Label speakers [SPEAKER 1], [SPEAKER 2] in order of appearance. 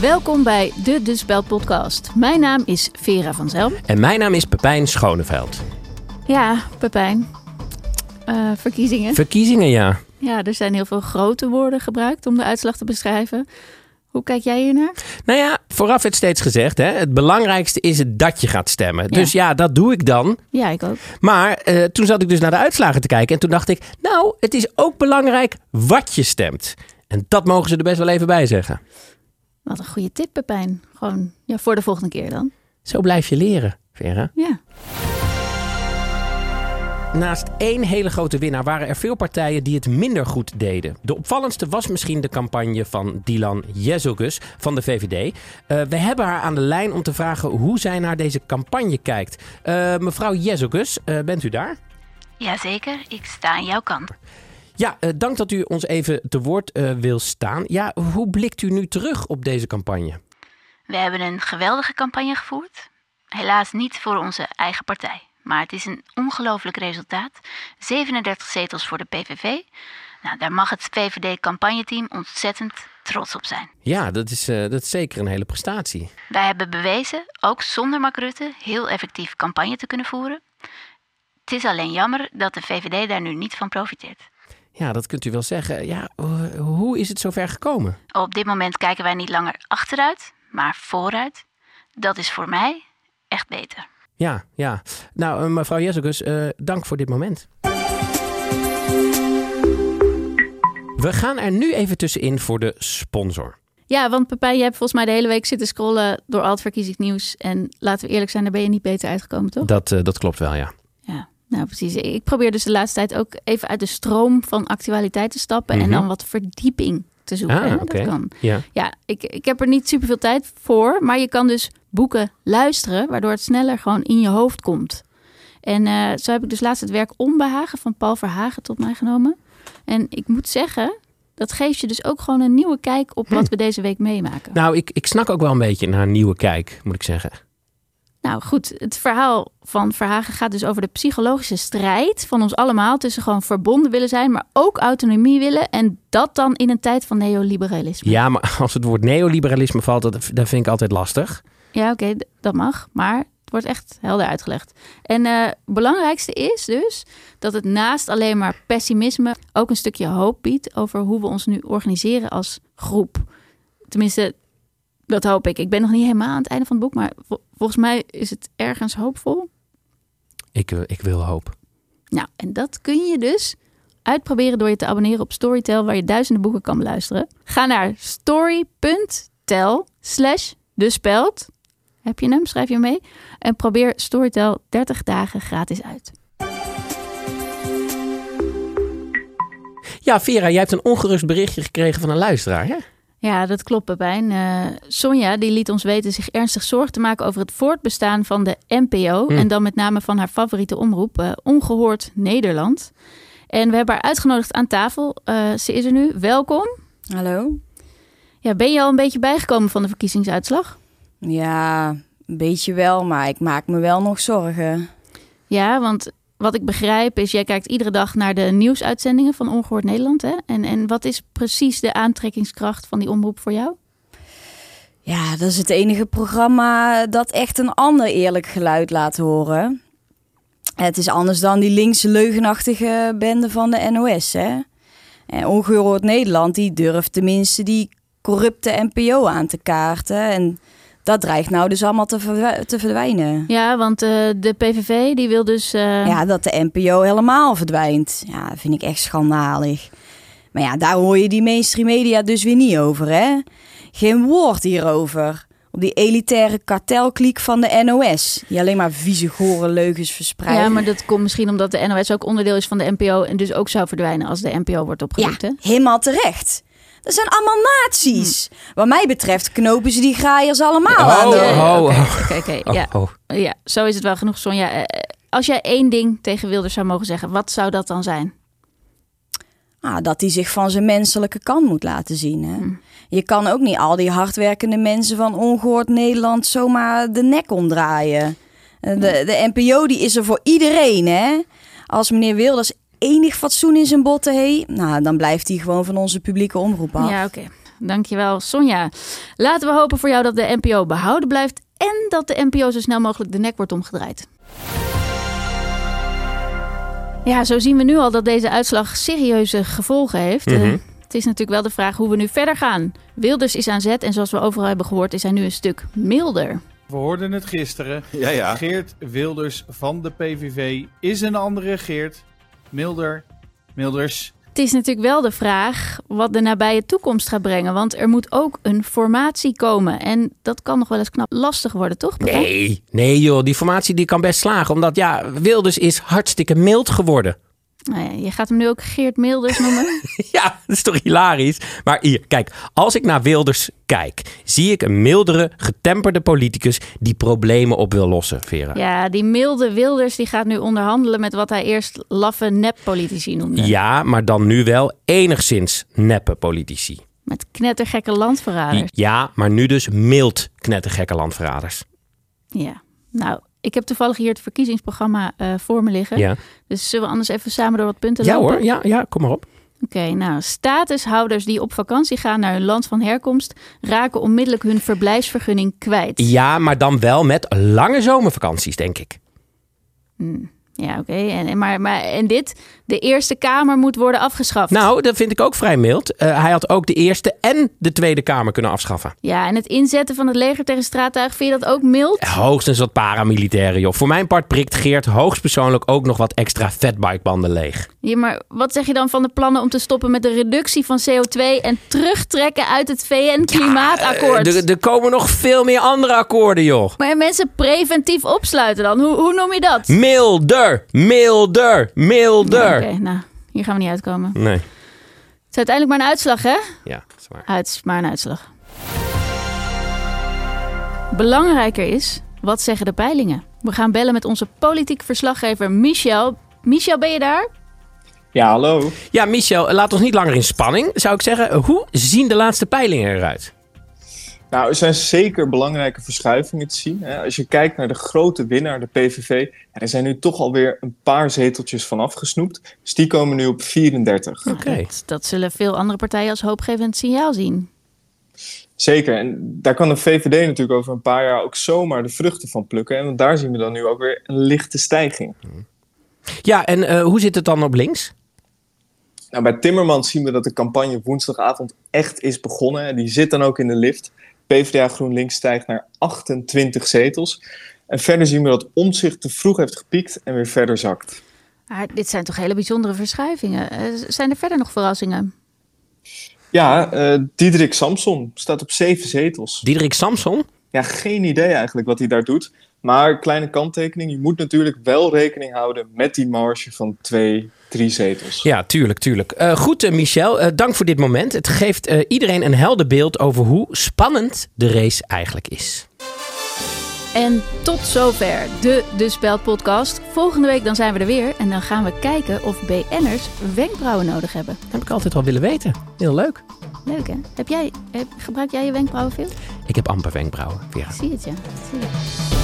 [SPEAKER 1] Welkom bij de Dus Belt podcast. Mijn naam is Vera van Zelm.
[SPEAKER 2] En mijn naam is Pepijn Schoneveld.
[SPEAKER 1] Ja, Pepijn. Eh, verkiezingen.
[SPEAKER 2] Verkiezingen, ja.
[SPEAKER 1] Ja, er zijn heel veel grote woorden gebruikt om de uitslag te beschrijven. Hoe kijk jij hiernaar?
[SPEAKER 2] Nou ja, vooraf werd steeds gezegd, hè, het belangrijkste is het dat je gaat stemmen.
[SPEAKER 1] Ja.
[SPEAKER 2] Dus ja, dat doe ik dan.
[SPEAKER 1] Ja, ik ook.
[SPEAKER 2] Maar eh, toen zat ik dus naar de uitslagen te kijken en toen dacht ik, nou, het is ook belangrijk wat je stemt. En dat mogen ze er best wel even bij zeggen.
[SPEAKER 1] Wat een goede tip, Pepijn. Gewoon ja, voor de volgende keer dan.
[SPEAKER 2] Zo blijf je leren, Vera.
[SPEAKER 1] Ja.
[SPEAKER 2] Naast één hele grote winnaar waren er veel partijen die het minder goed deden. De opvallendste was misschien de campagne van Dylan Jezogus van de VVD. Eh, we hebben haar aan de lijn om te vragen hoe zij naar deze campagne kijkt. Eh, mevrouw Jezogus, eh, bent u daar?
[SPEAKER 1] Jazeker, ik sta aan jouw kant.
[SPEAKER 2] Ja, eh, dank dat u ons even te woord eh, wil staan. Ja, hoe blikt u nu terug op deze campagne?
[SPEAKER 1] We hebben een geweldige campagne gevoerd. Helaas niet voor onze eigen partij. Maar het is een ongelooflijk resultaat. 37 zetels voor de PVV. Nou, daar mag het VVD-campagneteam ontzettend trots op zijn.
[SPEAKER 2] Ja, dat is, eh, dat is zeker een hele prestatie.
[SPEAKER 1] Wij hebben bewezen, ook zonder Mark Rutte, heel effectief campagne te kunnen voeren. Het is alleen jammer dat de VVD daar nu niet van profiteert.
[SPEAKER 2] Ja, dat kunt u wel zeggen. Ja, eh, hoe is het zover gekomen?
[SPEAKER 1] Op dit moment kijken wij niet langer achteruit, maar vooruit. Dat is voor mij echt beter.
[SPEAKER 2] Ja, ja. Nou, eh, mevrouw Jezogus, eh, dank voor dit moment. We gaan er nu even tussenin voor de sponsor.
[SPEAKER 1] Ja, want Pepijn, je hebt volgens mij de hele week zitten scrollen door al het verkiezingsnieuws. En laten we eerlijk zijn, daar ben je niet beter uitgekomen, toch?
[SPEAKER 2] Dat, eh, dat klopt wel, ja.
[SPEAKER 1] Ja, nou precies. Ik probeer dus de laatste tijd ook even uit de stroom van actualiteit te stappen.
[SPEAKER 2] Mhm.
[SPEAKER 1] En dan wat verdieping te zoeken.
[SPEAKER 2] Ah,
[SPEAKER 1] hè?
[SPEAKER 2] oké.
[SPEAKER 1] Dat kan.
[SPEAKER 2] Ja.
[SPEAKER 1] Ja, ik, ik heb er niet superveel tijd voor. Maar je kan dus boeken luisteren, waardoor het sneller gewoon in je hoofd komt. En eh, zo heb ik dus laatst het werk Onbehagen van Paul Verhagen tot mij genomen. En ik moet zeggen, dat geeft je dus ook gewoon een nieuwe kijk op wat we deze week meemaken.
[SPEAKER 2] Nou, ik, ik snak ook wel een beetje naar een nieuwe kijk, moet ik zeggen.
[SPEAKER 1] Nou goed, het verhaal van Verhagen gaat dus over de psychologische strijd van ons allemaal tussen gewoon verbonden willen zijn, maar ook autonomie willen. En dat dan in een tijd van neoliberalisme.
[SPEAKER 2] Ja, maar als het woord neoliberalisme valt, dat, dat vind ik altijd lastig.
[SPEAKER 1] Ja, oké, d- dat mag, maar het wordt echt helder uitgelegd. En eh, het belangrijkste is dus dat het naast alleen maar pessimisme ook een stukje hoop biedt over hoe we ons nu organiseren als groep. Tenminste, dat hoop ik. Ik ben nog niet helemaal aan het einde van het boek, maar vol- volgens mij is het ergens hoopvol.
[SPEAKER 2] Ik, eh, ik wil hoop.
[SPEAKER 1] Nou, en dat kun je dus uitproberen door je te abonneren op Storytel, waar je duizenden boeken kan beluisteren. Ga naar story.tel slash de speld. Heb je hem? Schrijf je hem mee. En probeer Storytel 30 dagen gratis uit.
[SPEAKER 2] Ja, Vera, jij hebt een ongerust berichtje gekregen van een luisteraar, hè?
[SPEAKER 1] Ja, dat klopt, Pepijn. Eh, Sonja die liet ons weten zich ernstig zorgen te maken over het voortbestaan van de NPO.
[SPEAKER 2] Hm.
[SPEAKER 1] En dan met name van haar favoriete omroep, eh, Ongehoord Nederland. En we hebben haar uitgenodigd aan tafel. Eh, ze is er nu. Welkom.
[SPEAKER 3] Hallo?
[SPEAKER 1] Ja, ben je al een beetje bijgekomen van de verkiezingsuitslag?
[SPEAKER 3] Ja, een beetje wel, maar ik maak me wel nog zorgen.
[SPEAKER 1] Ja, want wat ik begrijp is, jij kijkt iedere dag naar de nieuwsuitzendingen van Ongehoord Nederland. Hè? En, en wat is precies de aantrekkingskracht van die omroep voor jou?
[SPEAKER 3] Ja, dat is het enige programma dat echt een ander eerlijk geluid laat horen. Het is anders dan die linkse leugenachtige bende van de NOS, hè? En ongehoord Nederland, die durft tenminste die corrupte NPO aan te kaarten. En dat dreigt nou dus allemaal te, verwe- te verdwijnen.
[SPEAKER 1] Ja, want eh, de PVV die wil dus... eh,
[SPEAKER 3] Ja, dat de NPO helemaal verdwijnt. Ja, dat vind ik echt schandalig. Maar ja, daar hoor je die mainstream media dus weer niet over, hè? Geen woord hierover. Op die elitaire kartelkliek van de NOS. Die alleen maar vieze, gore leugens verspreidt.
[SPEAKER 1] ja, maar dat komt misschien omdat de NOS ook onderdeel is van de NPO... en dus ook zou verdwijnen als de NPO wordt opgeroepen.
[SPEAKER 3] Ja, helemaal terecht. Dat zijn allemaal
[SPEAKER 1] Hm.
[SPEAKER 3] nazi's. Wat mij betreft knopen ze die graaiers allemaal
[SPEAKER 2] Oh,
[SPEAKER 3] aan de...
[SPEAKER 2] oh, oh.
[SPEAKER 1] eh, Oké, oké, ja,
[SPEAKER 2] Oh, oh.
[SPEAKER 1] ja, zo is het wel genoeg, Sonja. Eh, eh, Als jij één ding tegen Wilders zou mogen zeggen, wat zou dat dan zijn?
[SPEAKER 3] Ah, dat hij zich van zijn menselijke kant moet laten zien. Hè? Je kan ook niet al die hardwerkende mensen van ongehoord Nederland zomaar de nek omdraaien. Eh, De, de NPO die is er voor iedereen. Hè? Als meneer Wilders enig fatsoen in zijn botten heeft, nou, dan blijft hij gewoon van onze publieke omroep af.
[SPEAKER 1] Ja, oké. Dankjewel, Sonja. Laten we hopen voor jou dat de NPO behouden blijft en dat de NPO zo snel mogelijk de nek wordt omgedraaid. Ja, zo zien we nu al dat deze uitslag serieuze gevolgen heeft.
[SPEAKER 2] Mhm.
[SPEAKER 1] Eh, het is natuurlijk wel de vraag hoe we nu verder gaan. Wilders is aan zet en zoals we overal hebben gehoord is hij nu een stuk milder.
[SPEAKER 4] We hoorden het gisteren.
[SPEAKER 5] Ja, ja.
[SPEAKER 4] Geert Wilders van de PVV is een andere Geert. Milder, Milders.
[SPEAKER 1] Het is natuurlijk wel de vraag wat de nabije toekomst gaat brengen. Want er moet ook een formatie komen. En dat kan nog wel eens knap lastig worden, toch? Pepijn?
[SPEAKER 2] Nee, nee joh, die formatie die kan best slagen. Omdat ja, Wilders is hartstikke mild geworden.
[SPEAKER 1] Nou ja, je gaat hem nu ook Geert Milders noemen.
[SPEAKER 2] Ja, dat is toch hilarisch? Maar hier, kijk, als ik naar Wilders kijk, zie ik een mildere, getemperde politicus die problemen op wil lossen, Vera.
[SPEAKER 1] ja, die milde Wilders die gaat nu onderhandelen met wat hij eerst laffe nep-politici noemde.
[SPEAKER 2] Ja, maar dan nu wel enigszins neppe politici.
[SPEAKER 1] Met knettergekke
[SPEAKER 2] Die,
[SPEAKER 1] landverraders.
[SPEAKER 2] ja, maar nu dus mild knettergekke landverraders.
[SPEAKER 1] Ja, nou, ik heb toevallig hier het verkiezingsprogramma eh, voor me liggen.
[SPEAKER 2] Ja,
[SPEAKER 1] Dus zullen we anders even samen door wat punten
[SPEAKER 2] ja
[SPEAKER 1] lopen?
[SPEAKER 2] hoor, ja, ja, kom maar op.
[SPEAKER 1] Oké, nou, statushouders die op vakantie gaan naar hun land van herkomst... raken onmiddellijk hun verblijfsvergunning kwijt.
[SPEAKER 2] Ja, maar dan wel met lange zomervakanties, denk ik.
[SPEAKER 1] Ja, oké. En, en- maar, maar, en dit? De Eerste Kamer moet worden afgeschaft.
[SPEAKER 2] Nou, dat vind ik ook vrij mild. Eh, hij had ook de Eerste en de Tweede Kamer kunnen afschaffen.
[SPEAKER 1] Ja, en het inzetten van het leger tegen straattuig, vind je dat ook mild?
[SPEAKER 2] Hoogstens wat paramilitairen, joh. Voor mijn part prikt Geert hoogstpersoonlijk ook nog wat extra fatbikebanden leeg.
[SPEAKER 1] Ja, maar wat zeg je dan van de plannen om te stoppen met de reductie van CO2... en terugtrekken uit het VN-klimaatakkoord?
[SPEAKER 2] Eh, Er er komen nog veel meer andere akkoorden, joh.
[SPEAKER 1] Maar mensen preventief opsluiten dan, hoe, hoe noem je dat?
[SPEAKER 2] Milder, milder, milder.
[SPEAKER 1] Oké, nou, hier gaan we niet uitkomen.
[SPEAKER 2] Nee,
[SPEAKER 1] Het is uiteindelijk maar een uitslag, hè?
[SPEAKER 2] ja, dat is waar.
[SPEAKER 1] Ah, het is maar een uitslag. Belangrijker is, wat zeggen de peilingen? We gaan bellen met onze politiek verslaggever Michel. Michel, ben je daar?
[SPEAKER 5] Ja, hallo.
[SPEAKER 2] Ja, Michel, eh, laat ons niet langer in spanning, zou ik zeggen. Eh, Hoe zien de laatste peilingen eruit?
[SPEAKER 5] Nou, er zijn zeker belangrijke verschuivingen te zien. Hè. Als je kijkt naar de grote winnaar, de PVV, ja, er zijn nu toch alweer een paar zeteltjes van afgesnoept. Dus die komen nu op 34.
[SPEAKER 2] Oké.
[SPEAKER 1] Dat, dat zullen veel andere partijen als hoopgevend signaal zien.
[SPEAKER 5] Zeker, en daar kan de VVD natuurlijk over een paar jaar ook zomaar de vruchten van plukken. En want daar zien we dan nu ook weer een lichte stijging.
[SPEAKER 2] Ja, en eh, hoe zit het dan op links?
[SPEAKER 5] Nou, bij Timmermans zien we dat de campagne woensdagavond echt is begonnen. En die zit dan ook in de lift. PvdA GroenLinks stijgt naar 28 zetels. En verder zien we dat Omtzigt te vroeg heeft gepiekt en weer verder zakt.
[SPEAKER 1] Maar dit zijn toch hele bijzondere verschuivingen. Eh, z- Zijn er verder nog verrassingen?
[SPEAKER 5] Ja, eh Diederik Samson staat op 7 zetels.
[SPEAKER 2] Diederik Samson?
[SPEAKER 5] Ja, geen idee eigenlijk wat hij daar doet. Maar kleine kanttekening, je moet natuurlijk wel rekening houden met die marge van 2, 3 zetels.
[SPEAKER 2] Ja, tuurlijk, tuurlijk. Eh, goed, eh, Michel, eh, dank voor dit moment. Het geeft eh, iedereen een helder beeld over hoe spannend de race eigenlijk is.
[SPEAKER 1] En tot zover de De Speld podcast. Volgende week dan zijn we er weer en dan gaan we kijken of BN'ers wenkbrauwen nodig hebben.
[SPEAKER 2] Dat heb ik altijd wel willen weten. Heel leuk.
[SPEAKER 1] Leuk hè? Heb jij, heb- gebruik jij je wenkbrauwen veel?
[SPEAKER 2] Ik heb amper wenkbrauwen, Vera.
[SPEAKER 1] Ik zie het ja. Ik zie het.